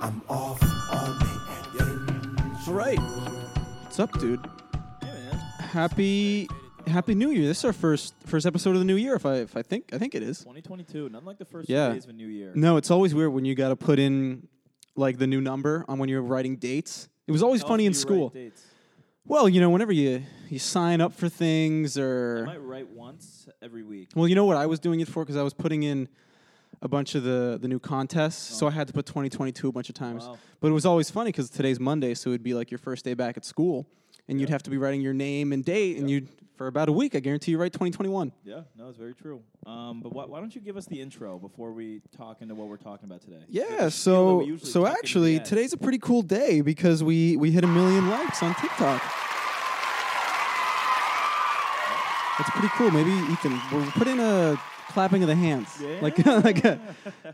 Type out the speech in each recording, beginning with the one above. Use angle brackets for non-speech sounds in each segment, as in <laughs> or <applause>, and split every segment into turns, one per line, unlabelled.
I'm off on the adventure.
All right. What's up, dude?
Hey, man.
Happy Happy New Year. This is our first first episode of the new year if I if I think I think it is.
2022, nothing like the first
Yeah.
few days of a new year.
No, it's always weird when you got to put in like the new number on when you're writing dates. It was always
How
funny in
often do you
school.
write dates?
Well, you know, whenever you you sign up for things
I
or
might write once every week.
Well, you know what I was doing it for because I was putting in a bunch of the the new contests, so I had to put 2022 a bunch of times.
Wow.
But it was always funny because today's Monday, so it'd be like your first day back at school, and you'd have to be writing your name and date, and you'd for about a week. I guarantee you write 2021.
Yeah, no, it's very true. Um, but why, why don't you give us the intro before we talk into what we're talking about today? Like
Yeah,
the spiel that we
so
usually
so
tuck into
actually
the end.
today's a pretty cool day because we we hit a million likes on TikTok. That's pretty cool. Maybe Ethan, we'll put in a clapping of the hands, like <laughs> like a,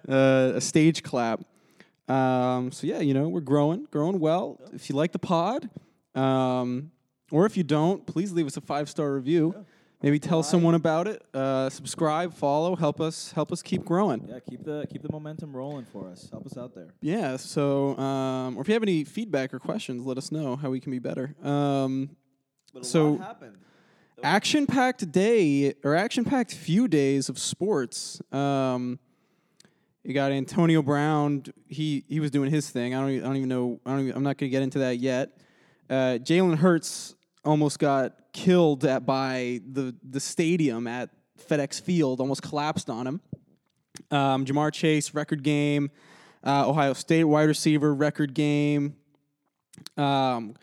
uh, a stage clap. Um, so yeah, you know we're growing, growing well. If you like the pod, um, or if you don't, please leave us a five star review. Maybe tell someone about it. Uh, subscribe, follow, help us help us keep growing.
Yeah, keep the keep the momentum rolling for us. Help us out there.
Yeah. So, um, or if you have any feedback or questions, let us know how we can be better. Um,
But
a So- lot
happened.
action packed day or action packed few days of sports. Um, you got Antonio Brown. He he was doing his thing. I don't even, I don't even know. I don't even, I'm not going to get into that yet. Uh, Jalen Hurts almost got killed at by the the stadium at FedEx Field. Almost collapsed on him. Um, Jamar Chase record game. Uh, Ohio State wide receiver record game. Um,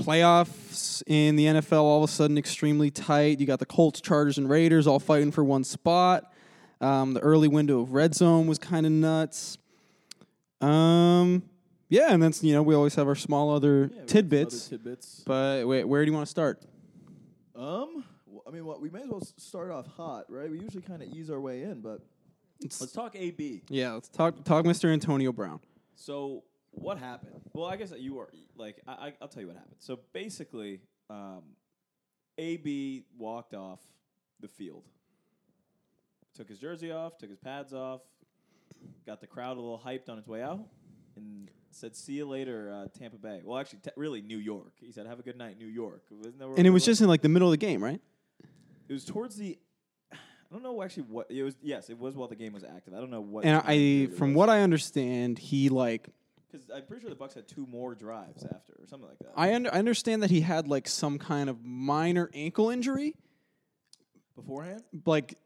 playoffs in the NFL all of a sudden extremely tight. You got the Colts, Chargers, and Raiders all fighting for one spot. Um, the early window of red zone was kind of nuts. Um, yeah, and that's you know we always have our small other tidbits.
Tidbits.
but wait, where do you want to start?
Um, w- I mean, what we may as well s- start off hot, right? We usually kind of ease our way in, but
Let's talk AB.
Yeah, let's talk talk Mr. Antonio Brown.
So what happened? Well, I guess you were like I, I, I'll tell you what happened. So basically, um, AB walked off the field, took his jersey off, took his pads off, got the crowd a little hyped on his way out, and said, "See you later, uh, Tampa Bay." Well, actually, t- really New York. He said, "Have a good night, New York." Isn't that where
And it
we
was
were?
just in like the middle of the game, right?
it was towards the. I don't know actually what it was. Yes, it was while the game was active. I don't know what.
And
time
I,
period it
from
was.
what I understand, he like
Because I'm pretty sure the Bucks had two more drives after, or something like that.
I, under, I understand that he had like some kind of minor ankle injury.
beforehand.
like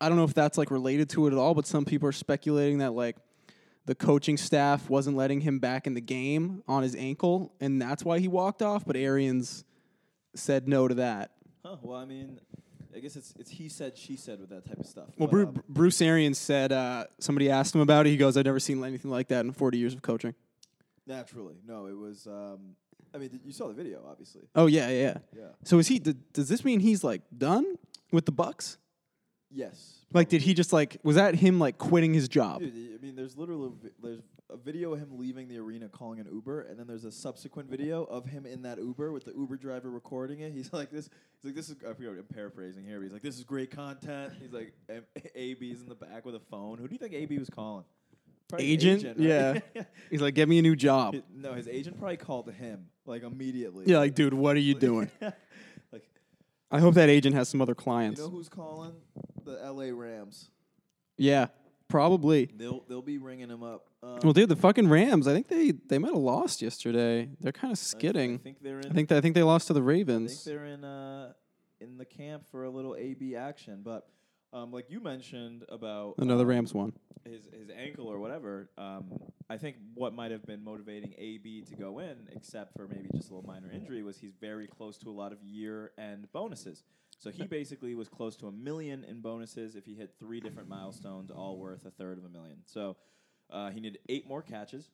I don't know if that's like related to it at all, but some people are speculating that like the coaching staff wasn't letting him back in the game on his ankle, and that's why he walked off. But Arians said no to that.
Huh. Well, I mean, I guess it's it's he said she said with that type of stuff.
Well,
but,
Bru-
um,
Bruce Arians said uh, somebody asked him about it. He goes, "I've never seen anything like that in 40 years of coaching."
naturally, no, it was. Um, I mean, th- you saw the video, obviously.
Oh yeah, yeah. yeah.
Yeah.
So is he? d does this mean he's like done with the Bucks?
Yes.
Like, did he just like was that him like quitting his job?
Dude, I mean, there's literally a vi- there's a video of him leaving the arena calling an Uber, and then there's a subsequent video of him in that Uber with the Uber driver recording it. He's <laughs> like this. He's like this is. I forget. I'm paraphrasing here, but he's like this is great content. He's like M- AB's in the back with a phone. Who do you think AB was calling? Probably an
Agent?
right?
Yeah.
<laughs>
<laughs>
He's like, "Get me a new job."
Hi- No, his agent probably called him like immediately.
<laughs>
Yeah, like, dude, what are you doing?
like
I hope that agent has some other
you
clients.
know who's calling the L.A. Rams?
yeah, probably.
They'll they'll be ringing him up. Um,
Well, dude, the fucking Rams. I think they they might have lost yesterday. They're kind of
I-
skidding.
I think they're
I
in.
think that, I think they lost to the
I think
Ravens.
they're in uh, in the camp for a little AB action. But um, like you mentioned about
Another
um,
Oh, Rams won.
his his ankle or whatever. Um, I think what might have been motivating AB to go in, except for maybe just a little minor injury, was he's very close to a lot of year end bonuses. So he basically was close to a million in bonuses if he hit three different milestones, all worth a third of a million. So uh, he needed eight more catches.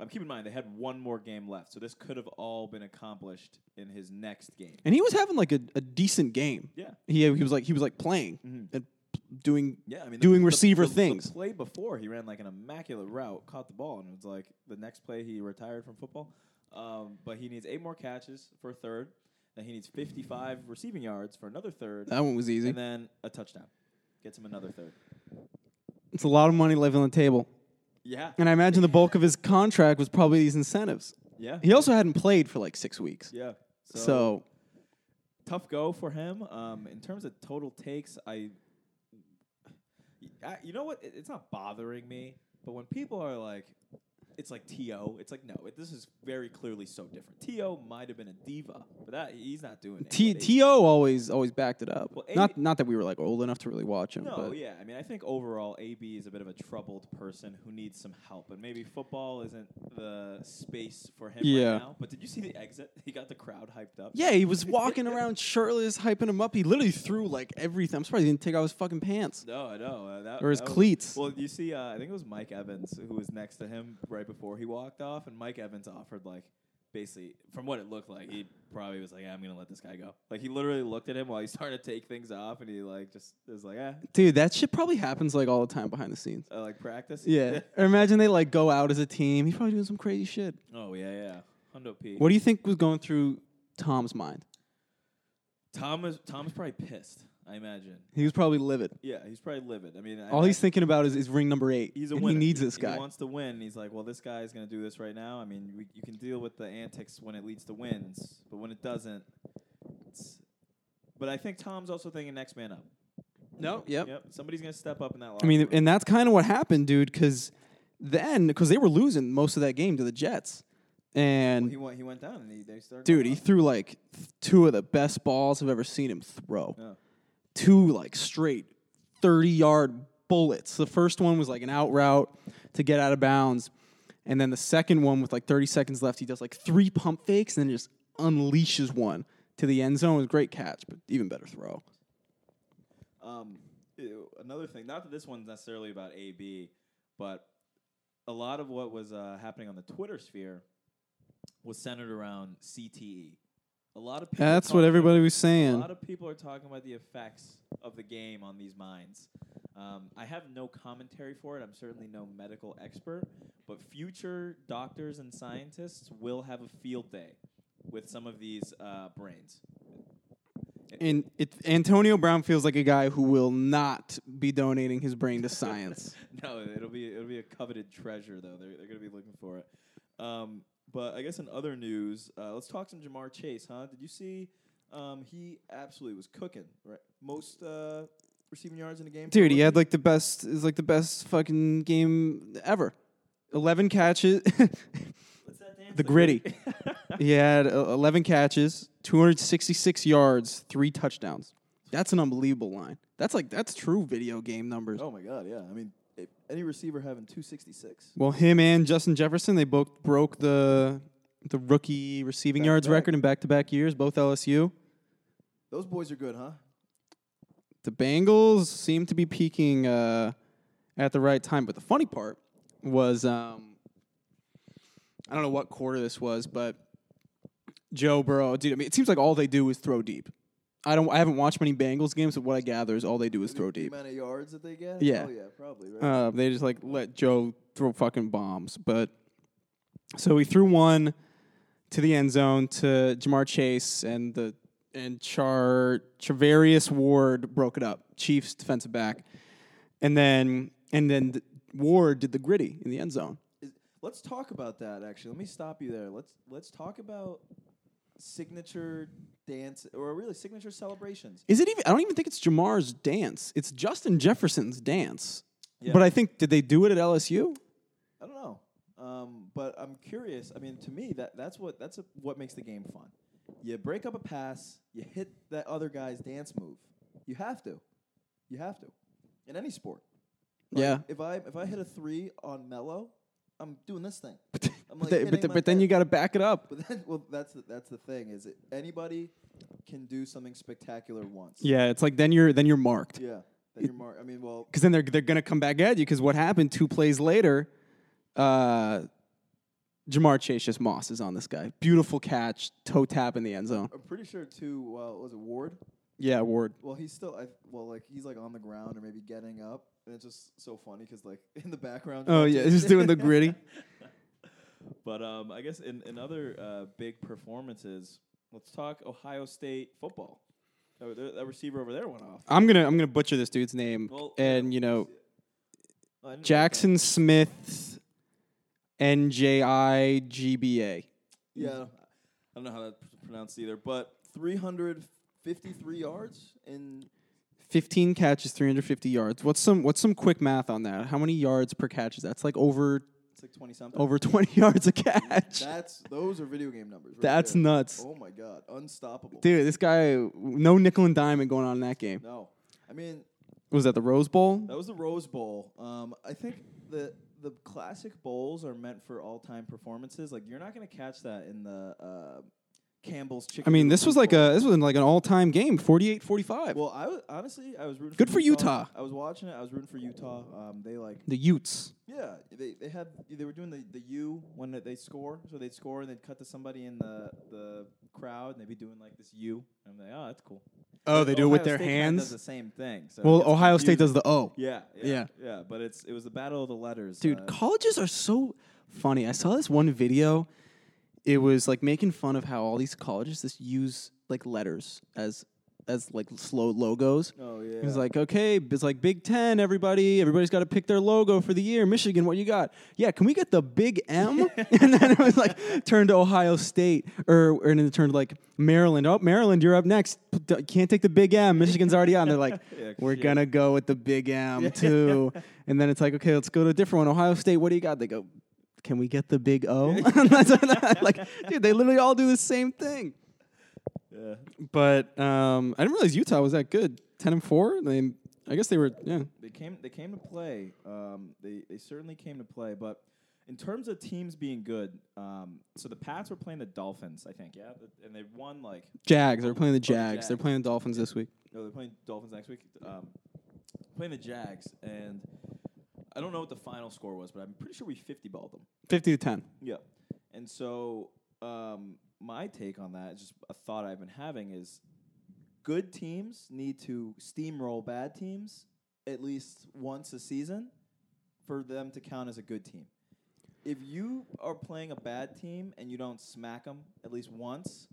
Um, keep in mind they had one more game left, so this could have all been accomplished in his next game.
And he was having like a, a decent game.
Yeah.
He he was like he was like playing
Mhm.
and p- doing.
Yeah, I mean,
doing receiver
the-
things.
The play before he ran like an immaculate route, caught the ball, and it was like the next play he retired from football. Um, but he needs eight more catches for a third. Then he needs 55 receiving yards for another third,
That one was easy.
and then a touchdown gets him another third.
It's a lot of money left on the table.
Yeah.
And I imagine the bulk of his contract was probably these incentives.
Yeah.
He also hadn't played for like six weeks.
Yeah.
So,
tough go for him. Um, in terms of total takes, I, I- you know what? It- it's not bothering me, but when people are like, it's like To, it's like no, it, this is very clearly so different. To might have been a diva, but that he's not doing it.
T
What
T O always always backed it up.
Well,
not
A-
not that we were like old enough to really watch him.
No,
but
yeah. I mean, I think overall, AB is a bit of a troubled person who needs some help, and maybe football isn't the space for him
Yeah.
right now. But did you see the exit? <laughs> He got the crowd hyped up.
Yeah, he
<laughs>
was walking around shirtless, hyping him up. He literally threw like everything. I'm surprised he didn't take off his fucking pants.
No, I know. Uh, that,
Or his
that was-
cleats.
well, you see, uh, I think it was Mike Evans who was next to him right before he walked off, and Mike Evans offered like. Basically, from what it looked like, he probably was like, yeah, "I'm gonna let this guy go." Like he <laughs> literally looked at him while he's starting to take things off, and he like just is like, "Eh,
Dude, that shit probably happens like all the time behind the scenes.
uh, like practice."
Yeah. or imagine they like go out as a team. He's probably doing some crazy shit.
<laughs> oh yeah, yeah. Hundo P.
What do you think was going through Tom's mind?
Tom is Tom's probably pissed. I imagine.
He was probably livid.
Yeah, he's probably livid. I mean, I
All he's
imagine
thinking about is, is ring number eight.
he's a
and
winner.
He needs this guy.
He wants to win. He's like, well, this guy's gonna do this right now. I mean, we, you can deal with the antics when it leads to wins, but when it doesn't, it's. But I think Tom's also thinking next man up.
no, yep.
Somebody's gonna step up in that.
I
locker
mean,
room.
and that's kind of what happened, dude, because then, because they were losing most of that game to the Jets. And,
He went. He went down, and he, they started.
dude, he threw like th- two of the best balls I've ever seen him throw.
Yeah.
Two, like, straight 30 yard bullets. The first one was like an out route to get out of bounds. And then the second one, with like 30 seconds left, he does like three pump fakes and then just unleashes one to the end zone. It was a great catch, but even better throw.
Um, ew, another thing, not that this one's necessarily about AB, but a lot of what was uh, happening on the Twitter sphere was centered around CTE. A lot of people
That's what
talking-
everybody was
A
saying.
lot of people are talking about the effects of the game on these minds. Um, I have no commentary for it. I'm certainly no medical expert, but future doctors and scientists will have a field day with some of these uh, brains. <laughs>
And it, Antonio Brown feels like a guy who will not be donating his brain to science.
no, it'll be it'll be a coveted treasure though. They're they're gonna be looking for it. Um, but I guess in other news, uh, let's talk some Jamar Chase, huh? Did you see? Um, he absolutely was cooking. Right, most uh, receiving yards in a game. for a
Dude, he had
rookie.
like the best is like the best fucking game ever. Eleven catches. <laughs>
What's that dance?
the gritty. he had uh, eleven catches, two hundred sixty-six yards, three touchdowns. That's an unbelievable line. That's like that's true video game numbers.
Oh my God! Yeah. I mean, if any receiver having 266.
Well, him and Justin Jefferson, they both broke the the rookie receiving yards
Back-to-back.
record in back-to-back years, both LSU.
Those boys are good, huh?
the Bengals seem to be peaking uh, at the right time. But the funny part was um, I don't know what quarter this was, but Joe Burrow, dude. I mean, it seems like all they do is throw deep. I don't. I haven't watched many Bengals games, but what I gather is all they do is throw
The
deep.
amount of yards that they get.
Yeah.
Oh yeah, probably. Right.
Uh, they just like let Joe throw fucking bombs. But so he threw one to the end zone to Jamar Chase and the and Char Travarius Ward broke it up. Chiefs defensive back, and then and then th- Ward did the gritty in the end zone.
Is- let's talk about that. Actually, let me stop you there. Let's let's talk about signature dance or really signature celebrations.
Is it even? I don't even think it's Jamar's dance. It's Justin Jefferson's dance.
Yeah.
But I think did they do it at LSU?
I don't know. Um, but I'm curious. I mean, to me, that that's what that's a, what makes the game fun. You break up a pass, you hit that other guy's dance move. You have to. You have to. In any sport. Like,
Yeah.
If I if I hit a three on Mello, I'm doing this thing. I'm
<laughs> but, they- but,
hitting
the-
my
but then
thing.
you got to back it up.
But then, well, that's the, that's the thing is it, anybody can do something spectacular once.
Yeah, it's like then you're then you're marked.
Yeah. Then you're mar- I mean, well,
because then they're they're gonna come back at you. Because what happened two plays later, uh, Jamar Chase just mosses on this guy. Beautiful catch, toe tap in the end zone.
I'm pretty sure too. Well, was it Ward?
Yeah, Ward.
Well, he's still, I, well, like he's like on the ground or maybe getting up, and it's just so funny because like <laughs> in the background.
Oh yeah, he's doing the gritty.
But um, I guess in, in other uh, big performances, let's talk Ohio State football. Oh, there- that receiver over there went off.
I'm gonna I'm gonna butcher this dude's name,
Well,
and you know
I didn't really
Jackson Smith N J I G B A.
Yeah, I don't- I don't know how that's pronounced either, but 353 yards in
15 catches, 350 yards. What's some what's some quick math on that? How many yards per catch is that? It's like over
it's like 20 something.
over 20 <laughs> yards a catch.
That's those are video game numbers. Right
That's
there.
nuts.
Oh my god, unstoppable.
Dude, this guy no nickel and diamond going on in that game.
No, I mean
Was that the Rose Bowl?
that was the Rose Bowl. Um, I think the the classic bowls are meant for all time performances. Like you're not gonna catch that in the uh, Campbell's chicken.
I mean, this was like a this was like an all-time game, 48-45.
Well, I was, honestly I was rooting.
Good for
for
Utah.
I was watching it. I was rooting for Utah. Um, they like
the Utes.
Yeah, they, they had they were doing the, the U when they- they score, so they'd score and they'd cut to somebody in the the crowd and they'd be doing like this U. And I'm like, oh, that's cool.
Oh, they do it with
Ohio
their
State kinda Does
hands.
the same thing. So it
Well,
gets
Ohio State does
confusing.
the O.
Yeah,
Yeah.
yeah, yeah, But it's it was the battle of the letters,
Dude,
uh,
colleges are so funny. I saw this one video. It was like making fun of how all these colleges just use like letters as as like slow logos.
oh yeah.
It was like, okay, it's like Big Ten, everybody, everybody's got to pick their logo for the year. Michigan, what you got? Yeah, can we get the big
<laughs>
M? <laughs> and then it was like, turn to Ohio State, or, or and then it turned to like Maryland. Oh, Maryland, you're up next. P- d- Can't take the big M. Michigan's already on. They're like,
<laughs> Yeah,
we're
shit.
gonna go with the big M
<laughs>
too. and then it's like, okay, let's go to a different one. Ohio State, what do you got? They go, can we get the big O? <laughs> like, dude, they literally all do the same thing.
yeah.
But um, I didn't realize Utah was that good. Ten and four. They, I guess they were. Yeah.
They came. They came to play. Um, they they certainly came to play. But in terms of teams being good, um, so the Pats were playing the Dolphins, I think. Yeah, and they won like
Jags. They're playing the Jags. They're
Jags.
playing the Dolphins this week.
No, they're playing Dolphins next week. Um, playing the Jags, and I don't know what the final score was, but I'm pretty sure we 50 balled them.
Fifty to ten.
Yeah. And so um, my take on that, just a thought I've been having, is good teams need to steamroll bad teams at least once a season for them to count as a good team. If you are playing a bad team and you don't smack them at least once,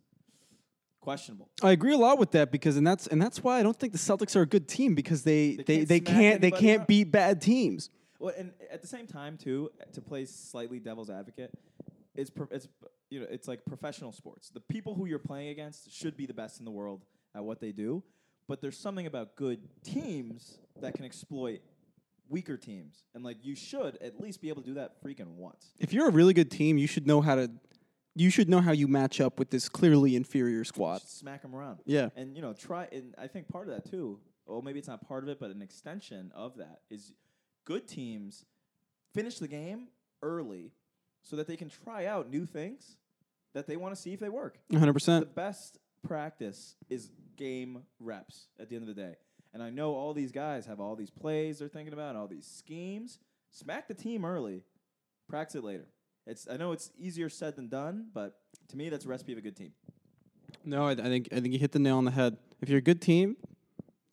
questionable.
I agree a lot with that because and that's and that's why I don't think the Celtics are a good team because they they
can't
they
smack
can't they can't,
anybody up.
beat bad teams.
Well, and at the same time, too, to play slightly devil's advocate, it's pro- it's you know it's like professional sports. The people who you're playing against should be the best in the world at what they do, but there's something about good teams that can exploit weaker teams, and like you should at least be able to do that freaking once.
If you're a really good team, you should know how to you should know how you match up with this clearly inferior squad.
Just smack them around.
Yeah.
and you know try. And I think part of that too. Well, maybe it's not part of it, but an extension of that is good teams finish the game early so that they can try out new things that they want to see if they work.
100%.
The best practice is game reps at the end of the day. And I know all these guys have all these plays they're thinking about, all these schemes. Smack the team early, practice it later. It's I know it's easier said than done, but to me that's a recipe of a good team.
No, I, I think I think you hit the nail on the head. If you're a good team,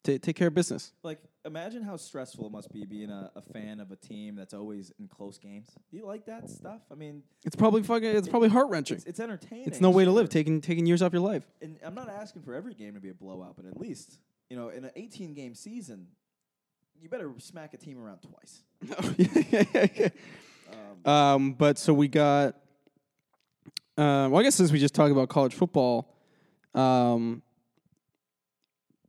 ta take care of business.
Like, imagine how stressful it must be being a, a fan of a team that's always in close games. Do you like that stuff? I mean,
It's probably fucking it's probably heart-wrenching.
it's, it's entertaining.
It's no way to live.
sure.
Taking taking years off your
<laughs>
life. <laughs>
And I'm not asking for every game to be a blowout, but at least, you know, in an 18 game season, you better smack a team around twice.
um, but so we got. Uh, well, I guess since we just talked about college football, um,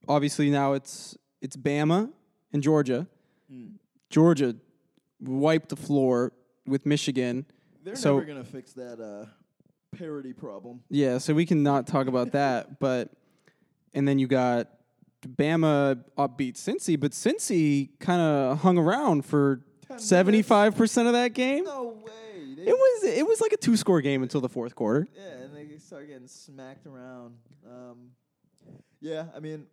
obviously now it's it's Bama and Georgia.
Hmm.
Georgia wiped the floor with Michigan.
They're
So-
never going to fix that uh, parody problem.
Yeah, so we can not talk about that. But and then you got Bama upbeat Cincy, but Cincy kind of hung around for
minutes.
seventy five percent of that game.
No way. They,
It was it was like a two score game until the fourth quarter.
yeah, and they start getting smacked around. Um, yeah, I mean,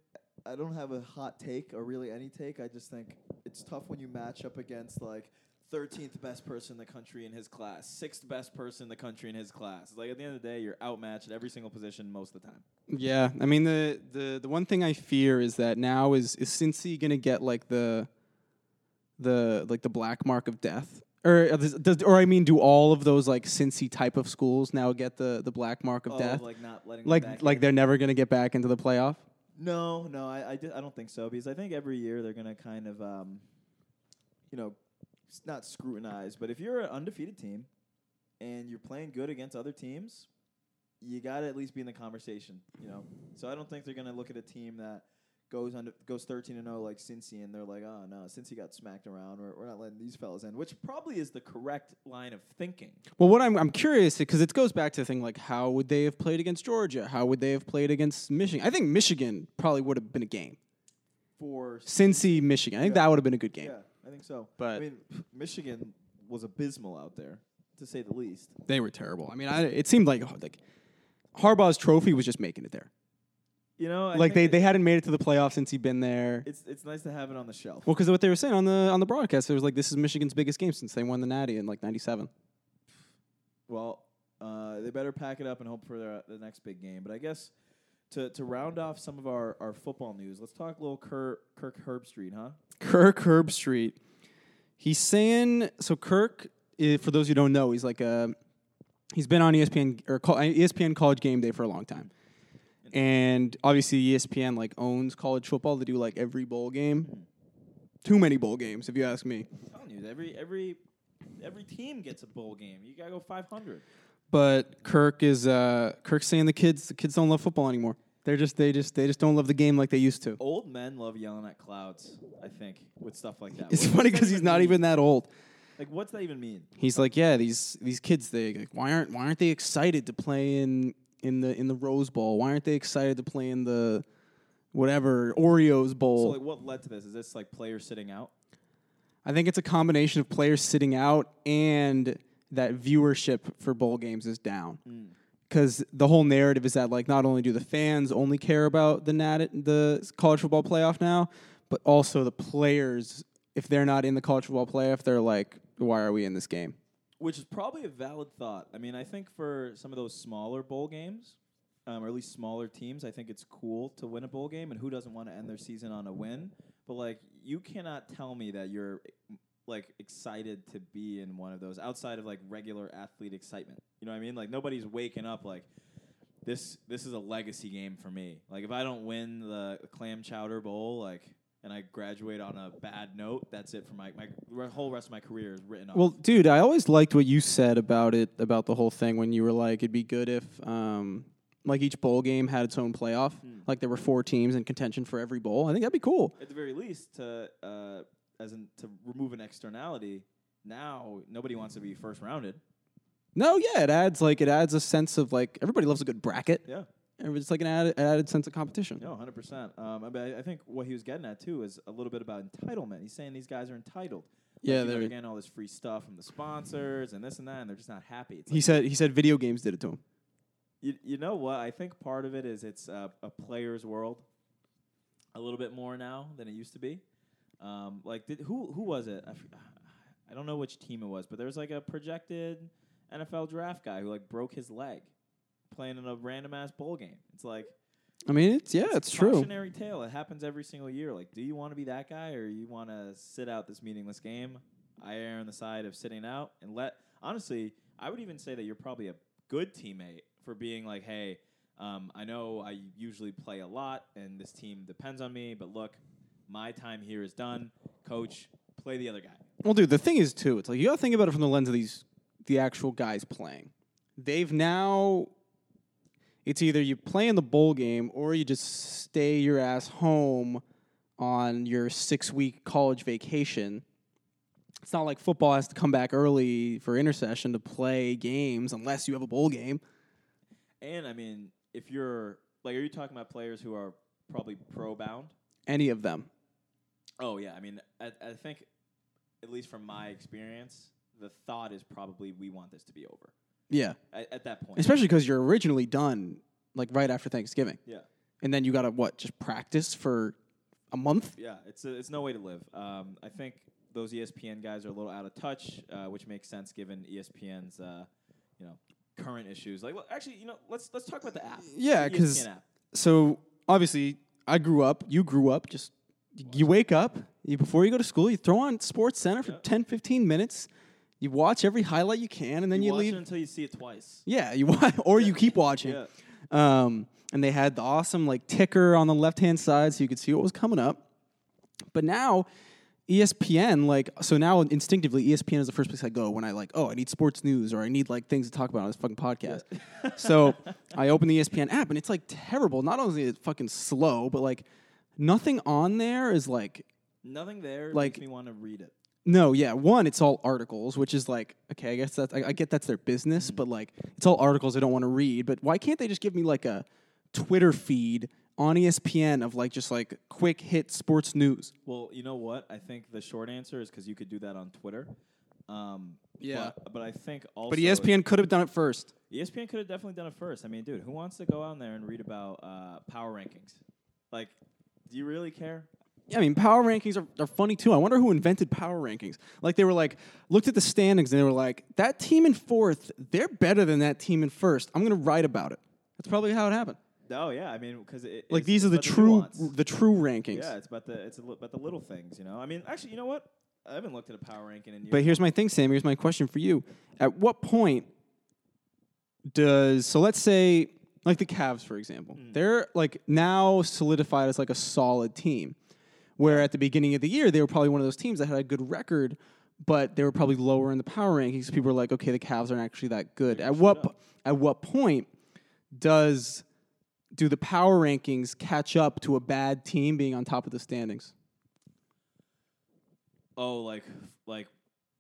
I don't have a hot take or really any take. I just think it's tough when you match up against like 13th best person in the country in his class, sixth best person in the country in his class. Like at the end of the day, you're outmatched at every single position most of the time.
Yeah, I mean the the the one thing I fear is that now is is Cincy gonna get like the the like the black mark of death. Or, uh, does, does, or I mean, do all of those like Cincy type of schools now get the, the black mark of
Oh,
death?
like not letting them back
like like
in.
they're never gonna get back into the playoff.
No, no, I, I, di- I don't think so because I think every year they're gonna kind of, um, you know, s- not scrutinize. But if you're an undefeated team and you're playing good against other teams, you got to at least be in the conversation, you know. So I don't think they're going to look at a team that goes under goes 13 and 0 like Cincy and they're like, "Oh no, Cincy got smacked around. We're, we're not letting these fellas in," which probably is the correct line of thinking.
Well, what I'm I'm curious because it goes back to the thing like how would they have played against Georgia? How would they have played against Michigan? I think Michigan probably would have been a game.
For
Cincy, Michigan. I think
Yeah.
that would have been a good game.
yeah, I think so. I
But-
mean, Michigan was abysmal out there to say the least.
They were terrible. I mean, I, it seemed like like Harbaugh's trophy was just making it there.
You know, I
like they,
think
they hadn't made it to the playoffs since he'd been there.
it's it's nice to have it on the shelf.
Well, because what they were saying on the on the broadcast, it was like this is Michigan's biggest game since they won the Natty in like '97.
Well, uh, they better pack it up and hope for the, the next big game. But I guess to, to round off some of our, our football news, let's talk a little Kirk, Kirk Herbstreit, huh?
Kirk Herbstreit. He's saying so. Kirk, i- for those who don't know, he's like a he's been on E ESPN or col- ESPN College Game Day for a long time, and obviously E ESPN like owns college football. They do like every bowl game. Too many bowl games, if you ask me.
I'm telling you, every every every team gets a bowl game. You gotta go 500.
But Kirk is uh, Kirk's saying the kids the kids don't love football anymore. They're just they just they just don't love the game like they used to.
Old men love yelling at clouds. I think with stuff like that.
It's
What-
funny
what's that
because he's not
mean?
even that old.
like. What's that even mean?
He's like, yeah, these these kids, they like, why aren't why aren't they excited to play in in the in the Rose Bowl? Why aren't they excited to play in the whatever Oreos
So
Bowl?
like, what led to this? Is this like players sitting out?
I think it's a combination of players sitting out and that viewership for bowl games is down.
Mm.
Because the whole narrative is that like not only do the fans only care about the nat- the college football playoff now, but also the players. If they're not in the college football playoff, they're like, why are we in this game?
which is probably a valid thought. I mean, I think for some of those smaller bowl games, um, or at least smaller teams, I think it's cool to win a bowl game, and who doesn't want to end their season on a win? But like, you cannot tell me that you're like excited to be in one of those outside of like regular athlete excitement. You know what I mean? Like nobody's waking up like this. This is a legacy game for me. Like if I don't win the clam chowder bowl, like. And I graduate on a bad note. That's it for my my re- whole rest of my career is written off.
Well, dude, I always liked what you said about it, about the whole thing when you were like, it'd be good if, um, like, each bowl game had its own playoff. Like, there were four teams in contention for every bowl. I think that'd be cool.
at the very least to uh, as in to remove an externality. Now nobody wants to be first rounded.
No, yeah, it adds, like, it adds a sense of, like, everybody loves a good bracket.
Yeah.
And It's like an added, added sense of competition.
No, hundred percent. Um, I, mean, I- I think what he was getting at too is a little bit about entitlement. He's saying these guys are entitled. Like,
Yeah,
you know,
they're-
they're getting all this free stuff from the sponsors and this and that, and they're just not happy. It's
He
like,
said, he said video games did it to him.
you, you know what? I think part of it is it's uh, a player's world a little bit more now than it used to be. Um, like, did, who who was it? I, f- I don't know which team it was, but there was like a projected NFL draft guy who like broke his leg playing in a random ass bowl game. It's like,
I mean, it's, yeah, it's,
a
true.
Cautionary tale. It happens every single year. Like, do you want to be that guy or you want to sit out this meaningless game? I err on the side of sitting out and let. Honestly, I would even say that you're probably a good teammate for being like, hey, um, I know I usually play a lot and this team depends on me, but look, my time here is done. Coach, play the other guy.
Well, dude, the thing is too. It's like you got to think about it from the lens of these the actual guys playing. They've now. It's either you play in the bowl game or you just stay your ass home on your six week college vacation. It's not like football has to come back early for intercession to play games unless you have a bowl game.
And I mean, if you're like, are you talking about players who are probably pro bound?
Any of them.
Oh yeah, I mean, I, I think, at least from my experience, the thought is probably we want this to be over
Yeah.
at, at that point.
Especially because you're originally done like right after Thanksgiving.
Yeah,
And then you got to what? Just practice for a month?
yeah, it's a, it's no way to live. Um, I think those E ESPN guys are a little out of touch, uh, which makes sense given ESPN's, uh, you know, current issues. Like, well, actually, you know, let's let's talk about the app.
Yeah,
The E
'cause-
ESPN app.
so obviously I grew up, you grew up, just you wake up, you before you go to school, you throw on Sports Center for 10, 15 minutes, you watch every highlight you can, and then
you,
you,
watch
leave.
it until you see it twice.
Yeah, you watch, <laughs> or you keep watching.
Yeah.
Um, and they had the awesome like ticker on the left hand side so you could see what was coming up. But now E ESPN, like, so now instinctively, E ESPN is the first place I go when I like, oh, I need sports news or I need like things to talk about on this fucking podcast. <laughs> so I open the E ESPN app and it's like terrible. Not only is it fucking slow, but like nothing on there is like,
Nothing there
Like-
makes me want to read it.
no, yeah, one, it's all articles, which is like, okay, I guess that's, I, I get that's their business,
Mm-hmm.
but like, it's all articles I don't want to read. But why can't they just give me like a Twitter feed on E ESPN of like just like quick hit sports news?
Well, you know what? I think the short answer is because you could do that on Twitter. Um,
Yeah.
But, but I think also.
But E ESPN could have done it first.
ESPN could have definitely done it first. I mean, dude, who wants to go on there and read about uh, power rankings? Like, do you really care?
Yeah, I mean, power rankings are, are funny too. I wonder who invented power rankings. Like, they were like, looked at the standings and they were like, that team in fourth, they're better than that team in first. I'm going to write about it. That's probably how it happened.
Oh yeah, I mean, because it,
Like,
it's-
these
it's
are the
about
true
nuance.
the true rankings.
yeah, it's about the it's a li- about the little things, you know. I mean, actually, you know what? I haven't looked at a power ranking in years.
But here's my thing, Sam. Here's my question for you. At what point does so let's say like the Cavs, for example, they're like now solidified as like a solid team. Where at the beginning of the year they were probably one of those teams that had a good record, but they were probably lower in the power rankings. People were like, okay, the Cavs aren't actually that good. At what po- at what point does do the power rankings catch up to a bad team being on top of the standings?
oh, like like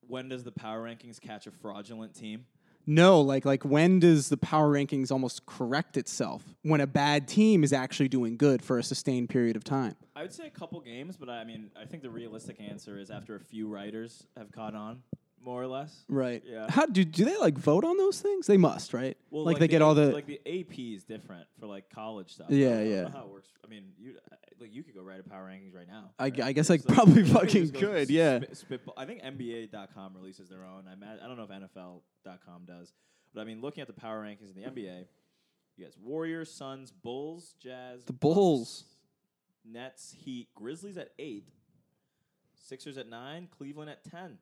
when does the power rankings catch a fraudulent team?
No, like like when does the power rankings almost correct itself when a bad team is actually doing good for a sustained period of time?
I would say a couple games, but I mean, I think the realistic answer is after a few writers have caught on, more or less.
Right.
Yeah.
How do do they like vote on those things? They must, right?
Well,
like, they get
the,
all the
like the AP is different for like college stuff.
Yeah,
I don't
yeah.
Know how it works. I mean, you I- like you could go write a power rankings right now.
I,
right?
I guess I
It's like- <laughs>
probably
you could
fucking
just go
could,
sp-
yeah.
spit- spitball. I think NBA.com releases their own. I, ma- I don't know if NFL.com does, but I mean, looking at the power rankings in the NBA, you guys: Warriors, Suns, Bulls, Jazz,
The
Bucks,
Bulls.
Nets, Heat, Grizzlies at eight, Sixers at nine, Cleveland at ten.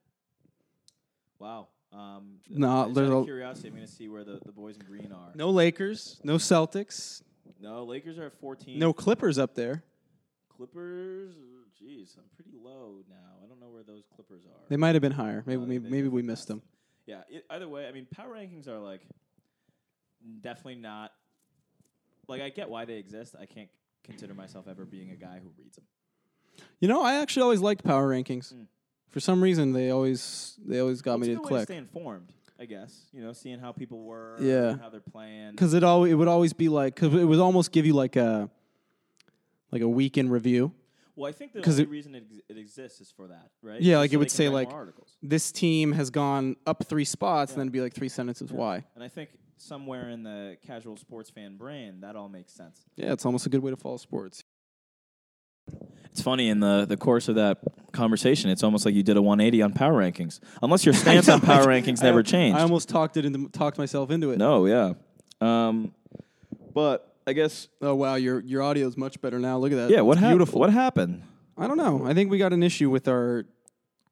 Wow. Um,
Nah,
just
there's
out
a-
of curiosity, I'm going to see where the, the boys in green are.
no Lakers, no Celtics,
No, Lakers are at 14.
no Clippers up there.
Clippers. uh, Jeez, I'm pretty low now. I don't know where those Clippers are.
They might have been higher. Maybe
Uh,
maybe,
they
maybe we
definitely
missed them.
Yeah. It, either way, I mean, power rankings are like definitely not. Like, I get why they exist. I can't consider myself ever being a guy who reads them.
You know, I actually always liked power rankings.
Mm.
For some reason, they always they always got
It's
me to
a good way to
click.
stay informed, I guess. You know, seeing how people were.
Yeah.
How they're playing.
because it always it would always be like because it would almost give you like a like a weekend review.
Well, I think the
'cause
only
it-
reason it, ex- it exists is for that, right?
Yeah,
Just
like, it
so they
would
can
say,
write
like-
more articles.
This team has gone up three spots, and then it'd be like three sentences why.
And I think somewhere in the casual sports fan brain, that all makes sense.
Yeah, it's almost a good way to follow sports.
It's funny in the, the course of that conversation, it's almost like you did a 180 on power rankings. Unless <laughs> your stance on power rankings never changed.
I almost talked it into talked myself into it.
no, yeah. Um, but I guess
Oh wow, your your audio is much better now. Look at that.
yeah. What
It's
happened?
beautiful.
What happened?
I don't know. I think we got an issue with our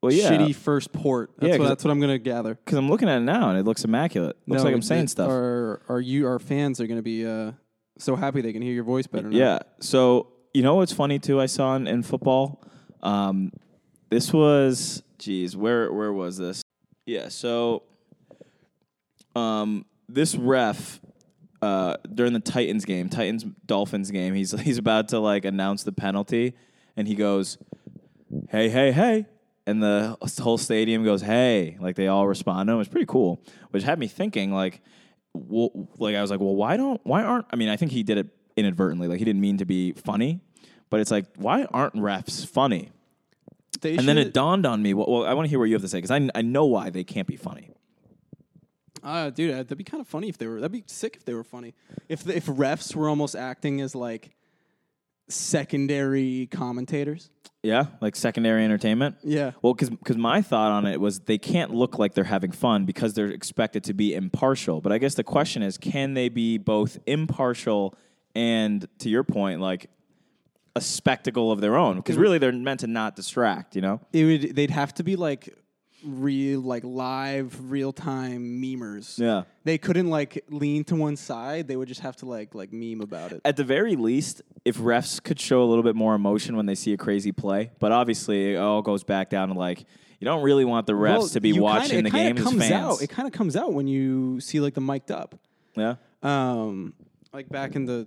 Well, yeah.
shitty first port. That's,
Yeah,
what,
'cause-
that's what I'm gonna gather.
Because I'm looking at it now and it looks immaculate. Looks
No,
like I'm
it-
saying
it-
stuff.
Our our you our fans are gonna be uh, so happy they can hear your voice better. Now.
Yeah. So you know what's funny too? I saw in, in football. Um, this was, geez, where where was this? Yeah. So, um, this ref. Uh, during the Titans game, Titans Dolphins game, he's <laughs> he's about to like announce the penalty, and he goes, "Hey, hey, hey!" and the whole stadium goes, "Hey!" Like they all respond to him. It's pretty cool, which had me thinking, like, well, like I was like, well, why don't, why aren't? I mean, I think he did it inadvertently. Like he didn't mean to be funny, but it's like, why aren't refs funny?
They
And then
should-
it dawned on me. Well, well I want to hear what you have to say because I, I know why they can't be funny.
Uh, dude, uh, that'd be kind of funny if they were. That'd be sick if they were funny. If the, if refs were almost acting as like secondary commentators.
Yeah, like secondary entertainment.
Yeah.
Well, because my thought on it was they can't look like they're having fun because they're expected to be impartial. But I guess the question is, can they be both impartial and, to your point, like a
Mm-hmm.
spectacle of their own? Because really, they're meant to not distract. You know?
It would. They'd have to be like real like live real time memers.
Yeah.
They couldn't like lean to one side. They would just have to like like meme about it.
At the very least, if refs could show a little bit more emotion when they see a crazy play, but obviously it all goes back down to like you don't really want the refs
Well,
to be
you kinda-
watching
it
the
kinda
game
comes
as fans.
Out, it kind of comes out when you see like the mic'd up.
yeah.
um, like back in the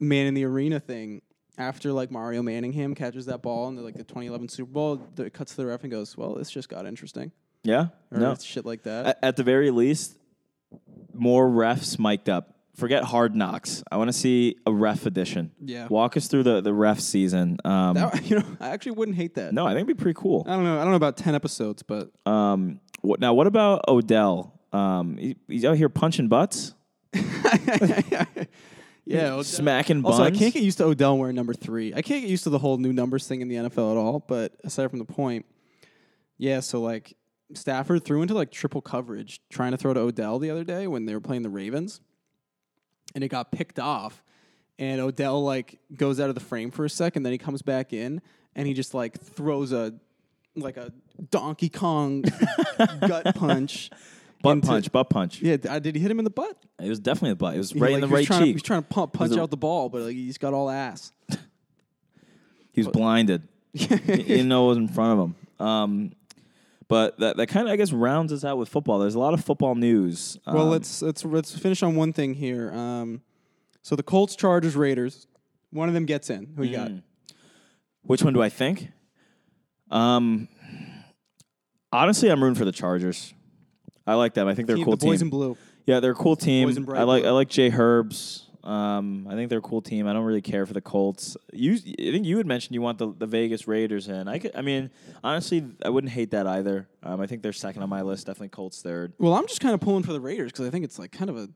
man in the arena thing, after like Mario Manningham catches that ball in the, like the 2011 Super Bowl, the, it cuts to the ref and goes, "Well, this just got interesting,"
Yeah.
or
No.
it's shit like that.
At, at the very least, more refs mic'd up. Forget hard knocks. I want to see a ref edition.
Yeah.
Walk us through the the ref season. Um,
That- <laughs> Uh, you know, I actually wouldn't hate that.
no, I think it'd be pretty cool.
I don't know. I don't know about 10 episodes,
<laughs>
but
Um, what, now, what about Odell? Um, he- he's out here punching butts,
<laughs> yeah. Odell-
smacking buns.
Also, I can't get used to Odell wearing number three. I can't get used to the whole new numbers thing in the NFL at all. But aside from the point, yeah. So like Stafford threw into like triple coverage, trying to throw to Odell the other day when they were playing the Ravens, and it got picked off. And Odell like goes out of the frame for a second, then he comes back in and he just like throws a like a Donkey
<laughs>
Kong gut punch.
butt
into-
punch, butt punch.
Yeah, I- did he hit him in the butt?
It was definitely a butt. It was
He,
right
like,
in the
he was
right
trying To, he was
cheek.
trying to pump, punch
a-
out the ball, but like, he's got all ass.
he was blinded.
<laughs>
he didn't know what was in front of him. Um, but that, that kind of, I guess, rounds us out with football. There's a lot of football news.
Well,
Um,
let's let's let's finish on one thing here. Um, so the Colts, Chargers, Raiders. One of them gets in. Who you
Mm.
got?
Which one do I think? Um, honestly, I'm rooting for the Chargers. I like them. I think they're
Team-
a cool
the boys
team.
in blue.
Yeah, they're a cool team.
Boys in bright
I like
blue.
I like Jay Herbs. Um, I think they're a cool team. I don't really care for the Colts. You, I think you had mentioned you want the, the Vegas Raiders in. I, could, I mean, honestly, I wouldn't hate that either. Um, I think they're second on my list. Definitely Colts third.
Well, I'm just kind of pulling for the Raiders because I think it's like kind of a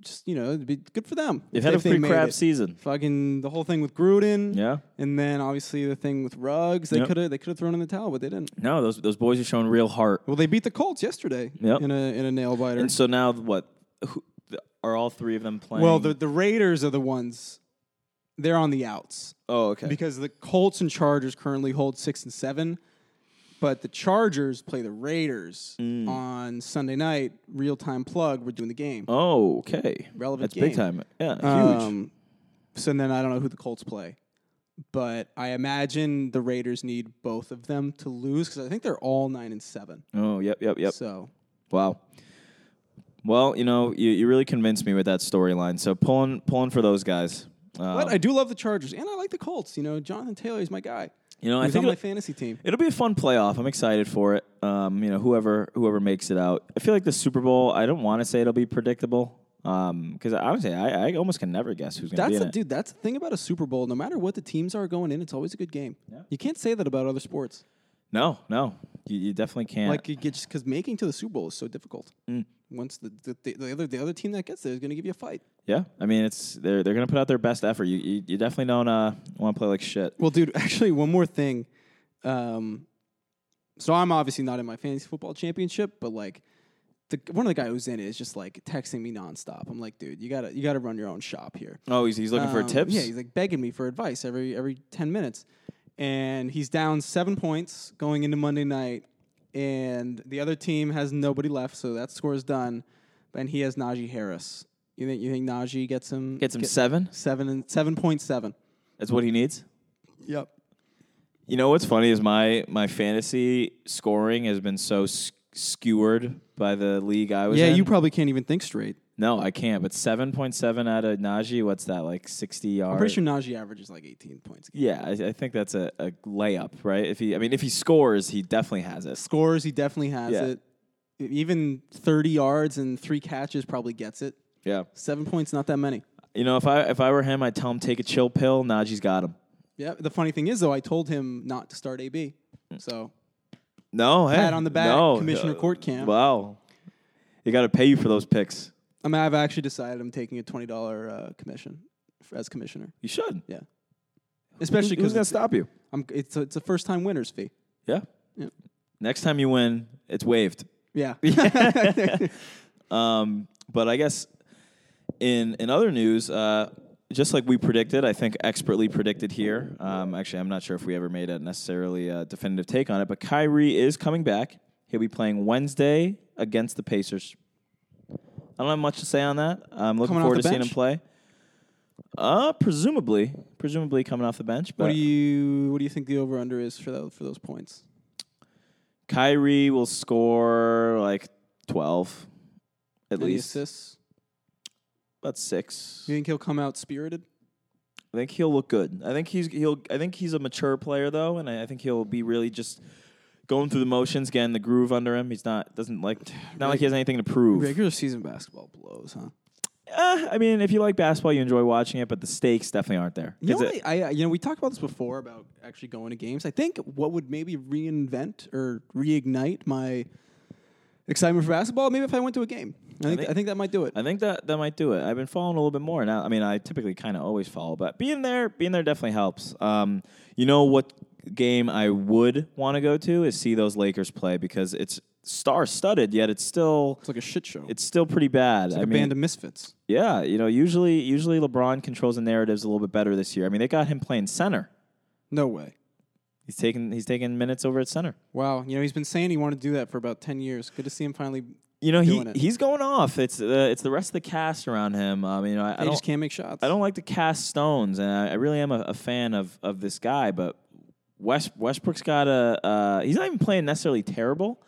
just you know it'd be good for them.
They've had a
if they
pretty
made
crap
it.
season.
Fucking the whole thing with Gruden.
Yeah.
And then obviously the thing with Ruggs. They
Yep.
could have they could have thrown in the towel, but they didn't.
No, those those boys are showing real heart.
Well, they beat the Colts yesterday
Yep.
in a in a nail biter.
And so now what? Who, th- are all three of them playing?
well, the the Raiders are the ones. They're on the outs.
oh okay.
because the Colts and Chargers currently hold six and seven, but the Chargers play the Raiders
Mm.
on Sunday night. Real time plug. We're doing the game.
oh okay.
Relevant
That's big
game.
time. Yeah, huge.
Um, so then I don't know who the Colts play, but I imagine the Raiders need both of them to lose because I think they're all nine and seven.
Oh yep yep yep.
So
Wow. Well, you know, you, you really convinced me with that storyline. So pulling pulling for those guys. Um,
but I do love the Chargers and I like the Colts. You know, Jonathan Taylor is my guy.
you know, I
He's
think
on my
it'll,
fantasy team.
it'll be a fun playoff. I'm excited for it. Um, you know, whoever whoever makes it out. I feel like the Super Bowl. I don't want to say it'll be predictable because honestly, I, I almost can never guess who's going to
That's
be in
the
it.
dude. That's the thing about a Super Bowl. No matter what the teams are going in, it's always a good game. You can't say that about other sports.
No, no, you, you definitely can't.
Like you get just because making to the Super Bowl is so difficult.
Mm.
Once the, the, the, the other the other team that gets there is going to give you a fight.
yeah, I mean, it's they're they're going to put out their best effort. You you, you definitely don't uh, want to play like shit.
Well, dude, <laughs> actually, one more thing. Um, so I'm obviously not in my fantasy football championship, but like the one of the guys who's in it is just like texting me nonstop. I'm like, dude, you gotta you gotta run your own shop here.
Oh, he's, he's looking for
Um,
tips.
Yeah, he's like begging me for advice every every ten minutes, and he's down seven points going into Monday night, and the other team has nobody left, so that score is done, and he has Najee Harris. You think you think Najee gets him
Gets him
get-
seven.
seven and seven point seven?
That's what he needs.
Yep.
You know what's funny is my my fantasy scoring has been so s- skewered by the league I was
Yeah,
in.
you probably can't even think straight.
no, I can't. But seven point seven out of Najee, what's that like sixty yards?
I'm pretty sure Najee averages like 18 points. a game.
Yeah, I, I think that's a, a layup, right? If he, I mean, if he scores, he definitely has it.
Scores, he definitely has
Yeah.
it. E- Even 30 yards and three catches probably gets it.
Yeah,
Seven points, not that many.
you know, if I if I were him, I'd tell him take a chill pill. Najee's got him.
Yeah. The funny thing is, though, I told him not to start AB.
Hmm.
So
No, hey,
Pat on the back,
no,
Commissioner Kortkamp.
Wow, they got to pay you for those picks.
I mean, I've actually decided I'm taking a twenty dollar uh, commission f- as commissioner,
You should.
especially because
Who's gonna stop you?
I'm it's a, it's a first time winners fee.
Yeah.
Yeah.
Next time you win, it's waived. <laughs>
Yeah, <laughs>
Um, but I guess in in other news, uh, just like we predicted, I think expertly predicted here. Um, actually, I'm not sure if we ever made a necessarily uh definitive take on it, but Kyrie is coming back. He'll be playing Wednesday against the Pacers. I don't have much to say on that. I'm looking
Coming off
forward to
the
seeing him
bench?
play. Uh, presumably, presumably coming off the bench. But
What do you what do you think the over under is for that for those points?
Kyrie will score like 12, at
Any
least
assists.
about six.
You think he'll come out spirited?
I think he'll look good. I think he's he'll. I think he's a mature player though, and I, I think he'll be really just going through the motions, getting the groove under him. He's not doesn't like not like he has anything to prove.
Regular season basketball blows, huh?
Eh, <laughs> I mean, if you like basketball, you enjoy watching it, but the stakes definitely aren't there.
You know,
Is it-
what I, I- you know, we talked about this before about actually going to games. I think what would maybe reinvent or reignite my excitement for basketball, maybe if I went to a game. I think I
think-
think, that might do it.
I think that that might do it. I've been following a little bit more now. I mean, I typically kind of always follow, but being there, being there definitely helps. Um, you know what game I would want to go to is see those Lakers play because it's star studded, yet it's still
it's like a shit show. It's
it's still pretty bad.
like
I
a
mean,
band of misfits.
yeah, you know, usually usually LeBron controls the narratives a little bit better this year. I mean, they got him playing center.
No way.
He's taking he's taking minutes over at center.
Wow. You know, he's been saying he wanted to do that for about ten years. Good to see him finally.
You know, he,
Doing it.
he's going off. It's the it's the rest of the cast around him. Um, you know, I, I
They
don't
just can't make shots.
I don't like to cast stones, and I, I really am a, a fan of, of this guy. But West Westbrook's got a uh, he's not even playing necessarily terrible,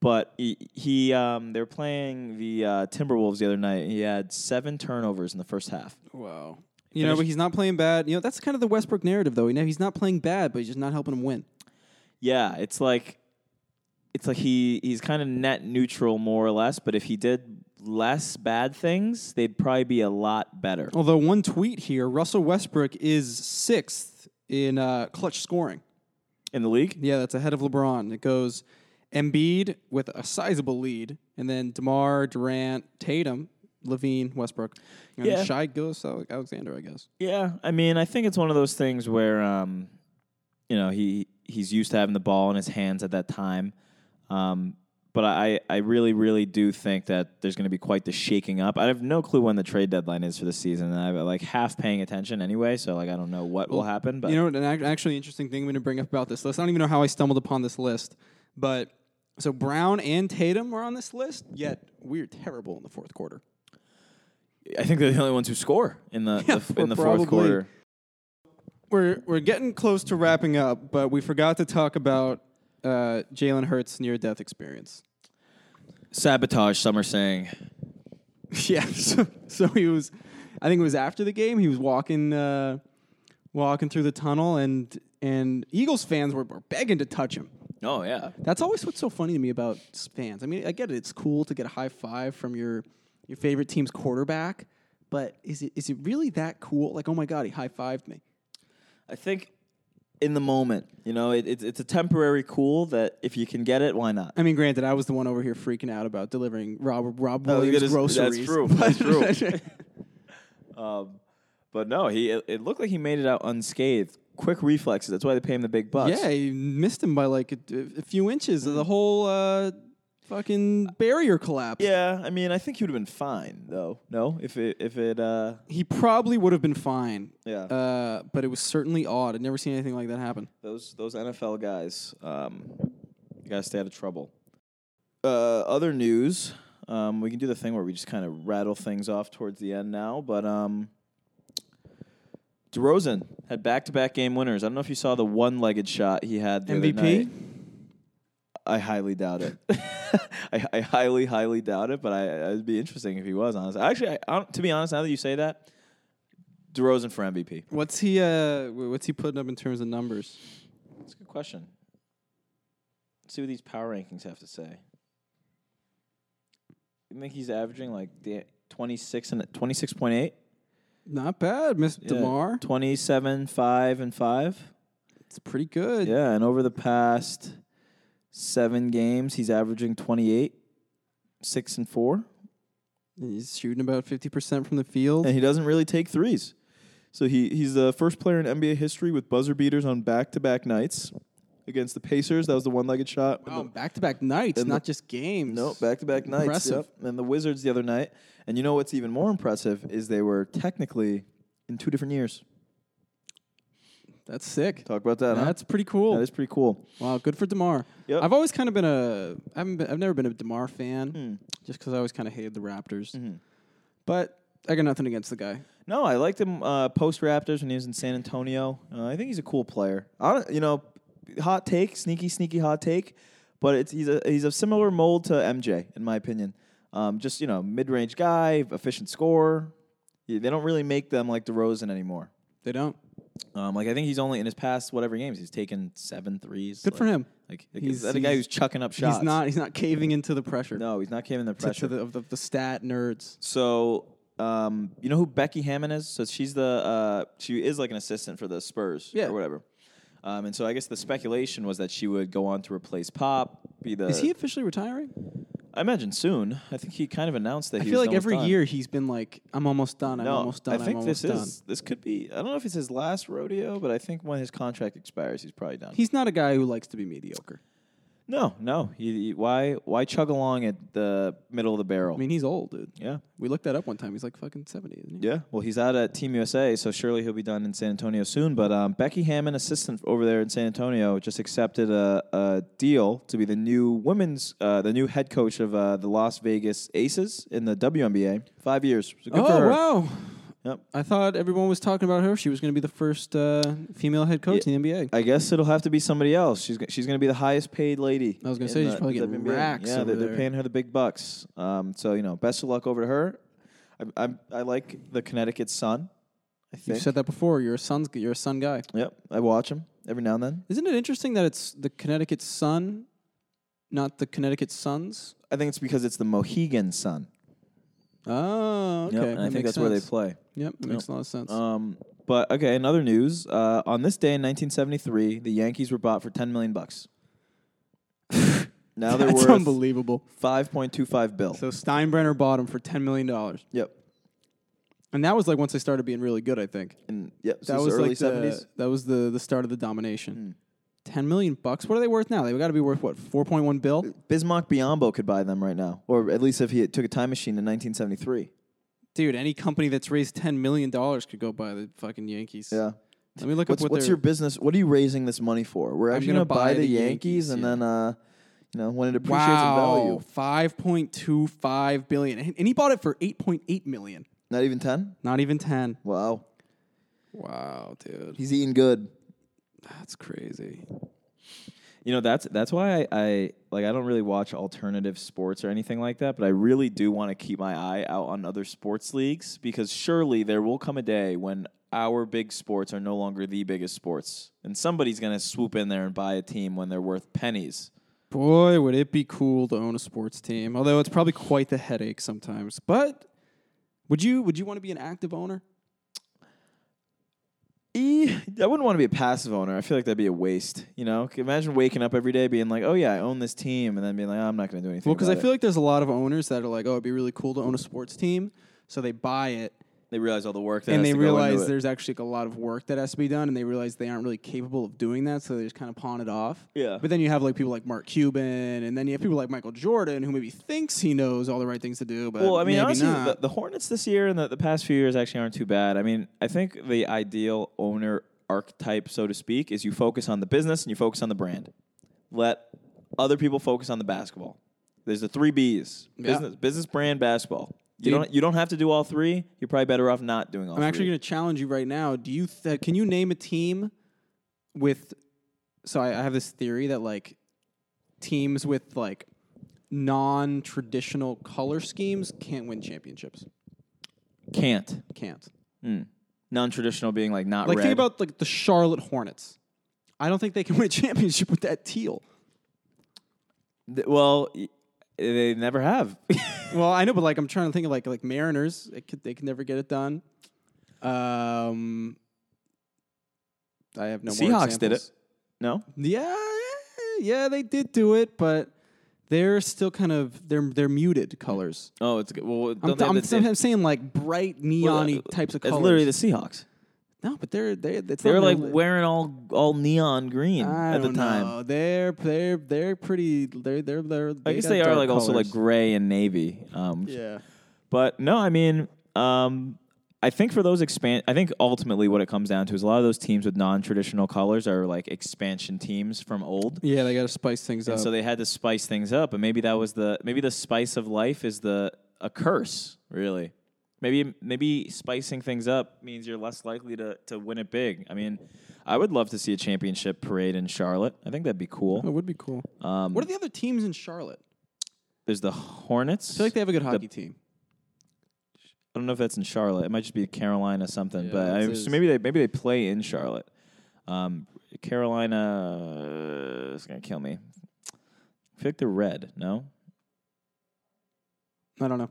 but he, he um, they're playing the uh, Timberwolves the other night. He had seven turnovers in the first half.
Wow. You know, but he's not playing bad. You know, that's kind of the Westbrook narrative, though. You know, he's not playing bad, but he's just not helping him win.
Yeah, it's like it's like he he's kind of net neutral more or less. But if he did less bad things, they'd probably be a lot better.
Although one tweet here, Russell Westbrook is sixth in uh, clutch scoring.
In the league,
Yeah, that's ahead of LeBron. It goes Embiid with a sizable lead, and then DeMar, Durant, Tatum, Levine, Westbrook. And
Yeah.
yeah. Shy goes Alexander, I guess.
Yeah, I mean, I think it's one of those things where, um, you know, he he's used to having the ball in his hands at that time, um, but I I really really do think that there's going to be quite the shaking up. I have no clue when the trade deadline is for the season, and I'm like half paying attention anyway, so like I don't know what will happen. But
You know, an ac- actually interesting thing I'm going to bring up about this list. I don't even know how I stumbled upon this list, but so Brown and Tatum are on this list, yet we're terrible in the fourth quarter.
I think they're the only ones who score in the,
Yeah,
the f- in the
probably.
fourth quarter.
We're we're getting close to wrapping up, but we forgot to talk about uh, Jalen Hurts' near death experience.
Sabotage, some are saying.
<laughs> yeah, so, so he was, I think it was after the game. He was walking uh, walking through the tunnel, and and Eagles fans were, were begging to touch him.
Oh yeah,
That's always what's so funny to me about s- fans. I mean, I get it; it's cool to get a high five from your your favorite team's quarterback, but is it is it really that cool? Like, oh my god, he high fived me.
I think in the moment, you know, it, it's it's a temporary cool that if you can get it, why not?
<laughs> I mean, granted, I was the one over here freaking out about delivering Rob Rob
No, Oh, you
Williams
gotta- that's
groceries.
true,
<laughs>
that's true. Um, but no, he it, it looked like he made it out unscathed. Quick reflexes. That's Mm-hmm. why they pay him the big bucks.
yeah, he missed him by like a, a few inches. The whole uh, fucking barrier collapsed.
Yeah, I mean, I think he would have been fine though. No, if it if it uh
he probably would have been fine.
Yeah.
uh, but it was certainly odd. I'd never seen anything like that happen.
those those NFL guys, um, you gotta stay out of trouble. Uh, other news, um, we can do the thing where we just kind of rattle things off towards the end now. But um, DeRozan had back to back game winners. I don't know if you saw the one legged shot he had the other
MVP?
night. I highly doubt it. <laughs> I, I highly, highly doubt it. But I, it'd be interesting if he was honest. Actually, I, I, don't- to be honest, now that you say that, DeRozan for MVP.
What's he? Uh, wh- what's he putting up in terms of numbers?
That's a good question. Let's see what these power rankings have to say. You think he's averaging like the 26 and 26.8?
Not bad, Miss
Yeah.
Demar.
27, 5, and 5.
It's pretty good.
Yeah, and over the past seven games, he's averaging 28, 6, and 4.
He's shooting about fifty percent from the field.
And he doesn't really take threes. So he, he's the first player in NBA history with buzzer beaters on back to back nights against the Pacers. That was the one legged shot. And
Wow,
the-
back to back nights,
and
not just games.
No, back to back nights.
Impressive.
Yep. And the Wizards the other night. And you know what's even more impressive is they were technically in two different years.
That's sick.
Talk about that.
That's pretty
huh?
cool.
that is pretty cool.
wow, good for Demar.
Yep.
I've always kind of been a I haven't been, I've never been a Demar fan,
Hmm.
just because I always kind of hated the Raptors.
Mhm.
But I got nothing against the guy.
No, I liked him uh, post Raptors when he was in San Antonio. Uh, I think he's a cool player. I don't, you know, hot take, sneaky, sneaky hot take, but it's he's a he's a similar mold to MJ in my opinion. Um, just you know, mid range guy, efficient scorer. Yeah, They don't really make them like DeRozan anymore.
They don't.
Um, like I think he's only in his past whatever games he's taken seven threes.
Good for
like-
him.
Like,
He's-
he's that a guy
he's-
who's chucking up shots.
He's not. He's not caving into the pressure.
No, he's not giving the
to-
pressure.
to the, of the, the stat nerds.
So, um, you know who Becky Hammond is? So she's the uh, she is like an assistant for the Spurs
Yeah.
or whatever. Um, and so I guess the speculation was that she would go on to replace Pop. Be the
Is he officially retiring?
I imagine soon. I think he kind of announced that.
I
he
feel
was
like every
almost done.
year he's been like, "I'm almost done. I'm
No,
almost done.
I think
am
this
almost
is this could be. I don't know if it's his last rodeo, but I think when his contract expires, he's probably done.
done." He's not a guy who likes to be mediocre.
no, no. He, he- why why chug along at the middle of the barrel?
I mean, he's old, dude.
yeah.
We looked that up one time. He's like fucking seventy. Isn't he?
Yeah, well, he's out at Team USA, so surely he'll be done in San Antonio soon. But um, Becky Hammond, assistant over there in San Antonio, just accepted a, a deal to be the new women's, uh, the new head coach of uh, the Las Vegas Aces in the WNBA. Five years. So good for
Oh
her.
wow!
Yep.
I thought everyone was talking about her. She was going to be the first uh, female head coach
Yeah.
in the NBA.
I guess it'll have to be somebody else. She's go- she's going to be the highest paid lady.
I was gonna
in
say, she's
the
probably getting
WNBA.
racks
Yeah,
over
they're, they're
there.
paying her the big bucks. Um, so you know, best of luck over to her. I, I, I like the Connecticut Sun. I
you
think.
said that before. You're a sun's. You're a sun guy.
yep, I watch them every now and then.
Isn't it interesting that it's the Connecticut Sun, not the Connecticut Suns?
I think it's because it's the Mohegan Sun.
Oh, okay.
Yep, and I
that
think
makes
that's where they
sense.
play.
Yep, that makes a lot of sense.
Um, but okay, in other news, uh, on this day in 1973, the Yankees were bought for 10 million bucks. <laughs>
<laughs>
now they're
That's
worth
unbelievable.
5.25 bill.
So Steinbrenner bought them for ten million dollars,
yep.
and that was like once they started being really good. I think
And yep, so
that
this
was
is early
like
70s.
the, that was the the start of the domination. Ten million bucks. What are they worth now? They've got to be worth what four point one bill.
Bismarck Biombo could buy them right now, or at least if he took a time machine in 1973.
Dude, any company that's raised ten million dollars could go buy the fucking Yankees.
Yeah.
Let me look
What's,
up what
what's
their
your business? What are you raising this money for? We're actually
gonna
going to buy, the Yankees, and
yeah.
then, uh, you know, when it appreciates in
wow
value.
five point two five billion, and and he bought it for eight point eight million.
Not even 10?
Not even ten.
Wow.
Wow, dude,
He's eating good.
that's crazy.
You know, that's that's why I, I like I don't really watch alternative sports or anything like that, but I really do want to keep my eye out on other sports leagues because surely there will come a day when our big sports are no longer the biggest sports. And somebody's gonna swoop in there and buy a team when they're worth pennies.
Boy, would it be cool to own a sports team. Although it's probably quite the headache sometimes. But would you would you want to be an active owner?
E, I wouldn't want to be a passive owner. I feel like that'd be a waste. You know, C- imagine waking up every day being like, "Oh yeah, I own this team," and then being like, oh, "I'm not going to do anything."
Well, because I
about it."
feel like there's a lot of owners that are like, oh, it'd be really cool to own a sports team. So they buy it
they realize all the work that
and
has
they
to go into
realize
it.
there's actually like, a lot of work that has to be done and they realize they aren't really capable of doing that. So they just kind of pawn it off.
Yeah.
But then you have like people like Mark Cuban and then you have people like Michael Jordan who maybe thinks he knows all the right things to do. But
Well, I mean,
Uh, maybe
honestly,
not.
the, the Hornets this year and the, the past few years actually aren't too bad. I mean, I think the ideal owner archetype, so to speak, is you focus on the business and you focus on the brand. Let other people focus on the basketball. There's the three B's:
Yeah.
business, business, brand, basketball. You
Dude.
don't you don't have to do all three. You're probably better off not doing all.
I'm actually
three.
going to challenge you right now. Do you th- can you name a team with? So I, I have this theory that like teams with like non-traditional color schemes can't win championships.
can't Hmm.
Can't.
non-traditional being like not
Like
red.
think about like the Charlotte Hornets. I don't think they can win a <laughs> championship with that teal.
Th- well, y- they never have. <laughs>
Well, I know, but like I'm trying to think of like like Mariners. It could, they can never get it done. Um, I have no more
Seahawks did
examples.
it. No,
Yeah, yeah, they did do it, but they're still kind of they're they're muted colors.
oh, it's good. Well,
I'm,
don't they have
I'm
the-
sometimes saying like bright
well,
neon
uh,
types of
It's
colors.
literally the Seahawks.
no, but they're they it's
They
not
were like
really-
wearing all all neon green
I
at the
don't
time.
know. They're they're they're pretty. They're they're they're.
I guess they are like also like gray and navy. Um,
yeah.
But no, I mean, um, I think for those expand, I think ultimately what it comes down to is a lot of those teams with non-traditional colors are like expansion teams from old.
Yeah, they got to spice things up.
And so they had to spice things up, and maybe that was the maybe the spice of life is the a curse, really. Maybe maybe spicing things up means you're less likely to to win it big. I mean, I would love to see a championship parade in Charlotte. I think that'd be
that
cool.
would be cool.
Um,
What are the other teams in Charlotte?
There's the Hornets.
I feel like they have a good hockey team.
I don't know if that's in Charlotte. It might just be Carolina something,
Yeah,
but I,
that's
so
his.
maybe they maybe they play in Charlotte. Um, Carolina is gonna kill me. I feel like they're red. No,
I don't know.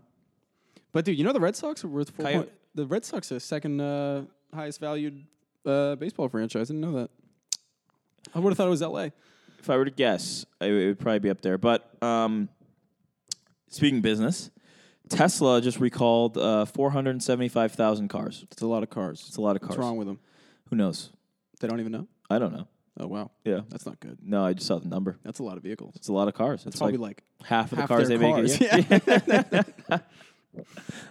But dude, you know the Red Sox are worth four.
Coyote-
Point, the Red Sox are the second uh, highest valued uh, baseball franchise. I didn't know that. I would have thought it was L.A.
if I were to guess, it, it would probably be up there. But um, speaking business, Tesla just recalled uh, four hundred seventy-five thousand cars.
It's a lot of cars.
It's a lot of cars.
What's wrong with them?
Who knows?
They don't even know.
I don't know.
Oh wow,
Yeah.
that's not good.
No, I just saw the number.
That's a lot of vehicles.
It's a lot of cars. It's
Probably
like,
like,
half of
half
the cars
their <laughs>
they
cars.
make. a year.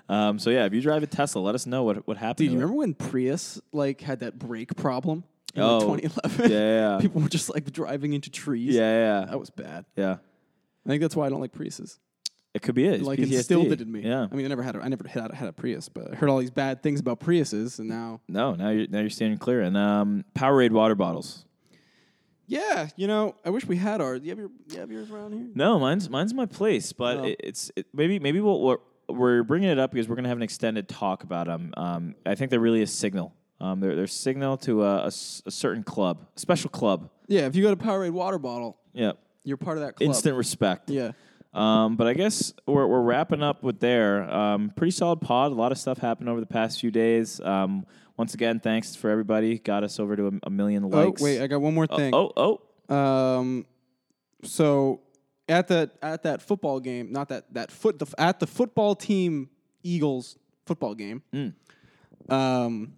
Um, so yeah, if you drive a Tesla, let us know what what happened.
dude,
to
you
it.
remember when Prius like had that brake problem in
Oh,
like 2011?
yeah,
<laughs>
yeah.
people were just like driving into trees. <laughs>
Yeah, yeah,
that was bad.
yeah.
I think that's why I don't like Priuses.
It could be it. It's
like
PTSD.
instilled it in me.
Yeah.
I mean, I never had a, I never had, had a Prius, but I heard all these bad things about Priuses, and now,
No, now you're now you're standing clear. And um, Powerade water bottles.
yeah, you know, I wish we had ours. Do you have your, you have yours around here?
No, mine's mine's my place, but
No.
it, it's it, maybe maybe we'll, we're we're bringing it up because we're gonna have an extended talk about them. Um, I think they're really a signal. Um, they're they're a signal to a, a s- a certain club, a special club.
Yeah, if you got a Powerade water bottle,
Yeah,
you're part of that club.
instant respect.
Yeah.
Um, but I guess we're, we're wrapping up with there. Um, pretty solid pod. A lot of stuff happened over the past few days. Um, once again, thanks for everybody. Got us over to a, a million likes.
Oh wait, I got one more thing.
oh, oh,
Um, so at the at that football game, not that that foot the, at the football team Eagles football game.
Mm.
Um,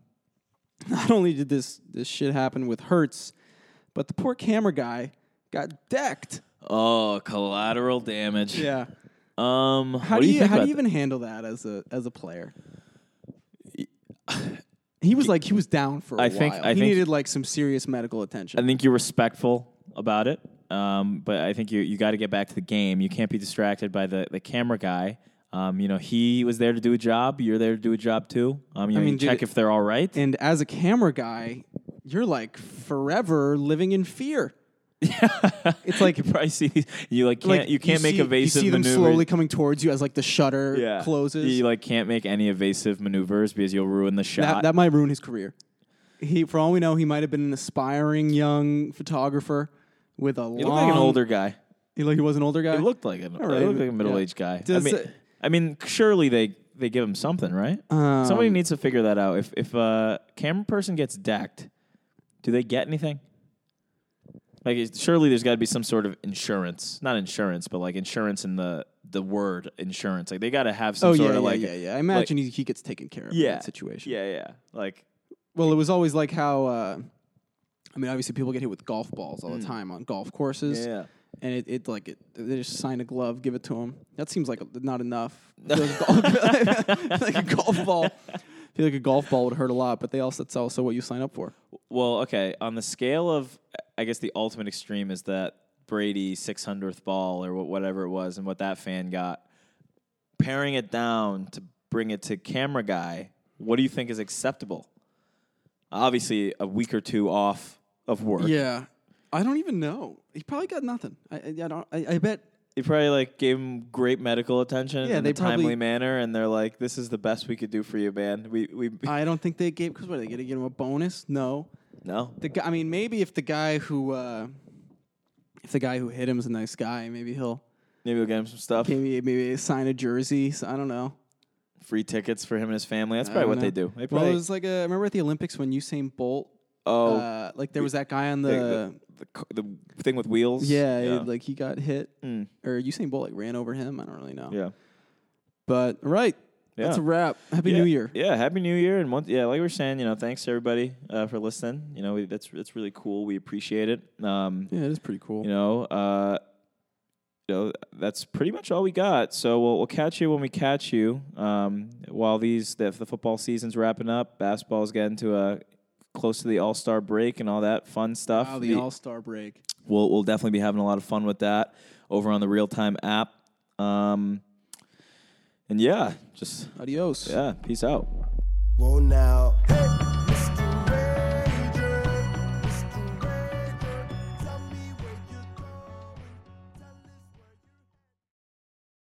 not only did this this shit happen with Hertz, but the poor camera guy got decked.
oh, collateral damage.
Yeah.
Um,
How
what
do you,
think
how do
about
you even handle that as a as a player? <sighs> He was like he was down for a
I
while.
think- I
he
think-
needed like some serious medical attention.
I think you're respectful about it, um, but I think you you got to get back to the game. You can't be distracted by the, the camera guy. Um, you know, he was there to do a job. You're there to do a job too. Um, you know, you
mean, dude,
check if they're all right. <laughs>
and as a camera guy, you're like forever living in fear. it's like
you probably see these- you like can't
like,
you can't make
see,
evasive
You see them
maneuvers.
slowly coming towards you as like the shutter
yeah.
closes.
You like can't make any evasive maneuvers because you'll ruin the
that,
shot.
that might ruin his career. He, for all we know, he might have been an aspiring young photographer with a
you
long.
look like an older guy.
He, look- he was an older guy.
It looked like an,
really,
it looked like a
yeah.
middle aged guy.
Does
I mean,
it-
I mean, surely they they give him something, right? Somebody
Um,
needs to figure that out. If if a camera person gets decked, do they get anything? Like it's- surely there's got to be some sort of insurance, not insurance, but like insurance in the the word insurance. Like they got to have some
oh
sort
yeah,
of
yeah,
like
yeah, yeah. I imagine he, he gets taken care of in that situation.
Yeah, yeah. Like
Well, it was always like how. Uh, I mean, obviously, people get hit with golf balls all the time on golf courses.
Mm. Yeah.
and it, it like it, they just sign a glove, give it to him. That seems like a- not
<laughs>
enough. I feel like, a golf, <laughs> like a golf ball. I feel like a golf ball would hurt a lot, but they also that's also what you sign up for.
Well, okay. On the scale of, I guess the ultimate extreme is that Brady 600th ball or wha- whatever it was, and what that fan got. Paring it down to bring it to camera guy. What do you think is acceptable? Obviously, a week or two off of work.
Yeah, I don't even know. He probably got nothing. I I, I don't. I, I bet.
You probably like gave him great medical attention
Yeah,
in
they
a timely
probably-
manner, and they're like, "This is the best we could do for you, man." We we
I don't think they gave because what are they going to give him a bonus? No.
no.
The guy. I mean, maybe if the guy who uh, if the guy who hit him is a nice guy, maybe he'll
Maybe we'll get him some stuff,
maybe maybe sign a jersey. So I don't know.
free tickets for him and his family. That's probably
I
what
don't
they
know.
do. They
well,
probably
it was like a, remember at the Olympics when Usain Bolt.
oh
uh, like there was that guy on
Like
the. uh,
the, the, c- the thing with wheels.
yeah,
yeah.
like he got hit,
Mm.
or Usain Bolt like ran over him. I don't really know.
yeah.
But right, that's a
Yeah.
wrap. Happy
Yeah,
New Year.
Yeah, happy New Year, and one, yeah, like we were saying, you know, thanks to everybody uh, for listening. You know, we, that's that's really cool. We appreciate it. Um,
Yeah, it is pretty cool.
you know, uh, you know, that's pretty much all we got. So we'll, we'll catch you when we catch you. Um, while these the, the football season's wrapping up, basketball's getting to a close to the All Star break and all that fun stuff.
Wow, the
The-
All Star break.
we'll we'll definitely be having a lot of fun with that over on the real time app. Um, and yeah, just
Adios.
yeah, peace out.
Well now, hey.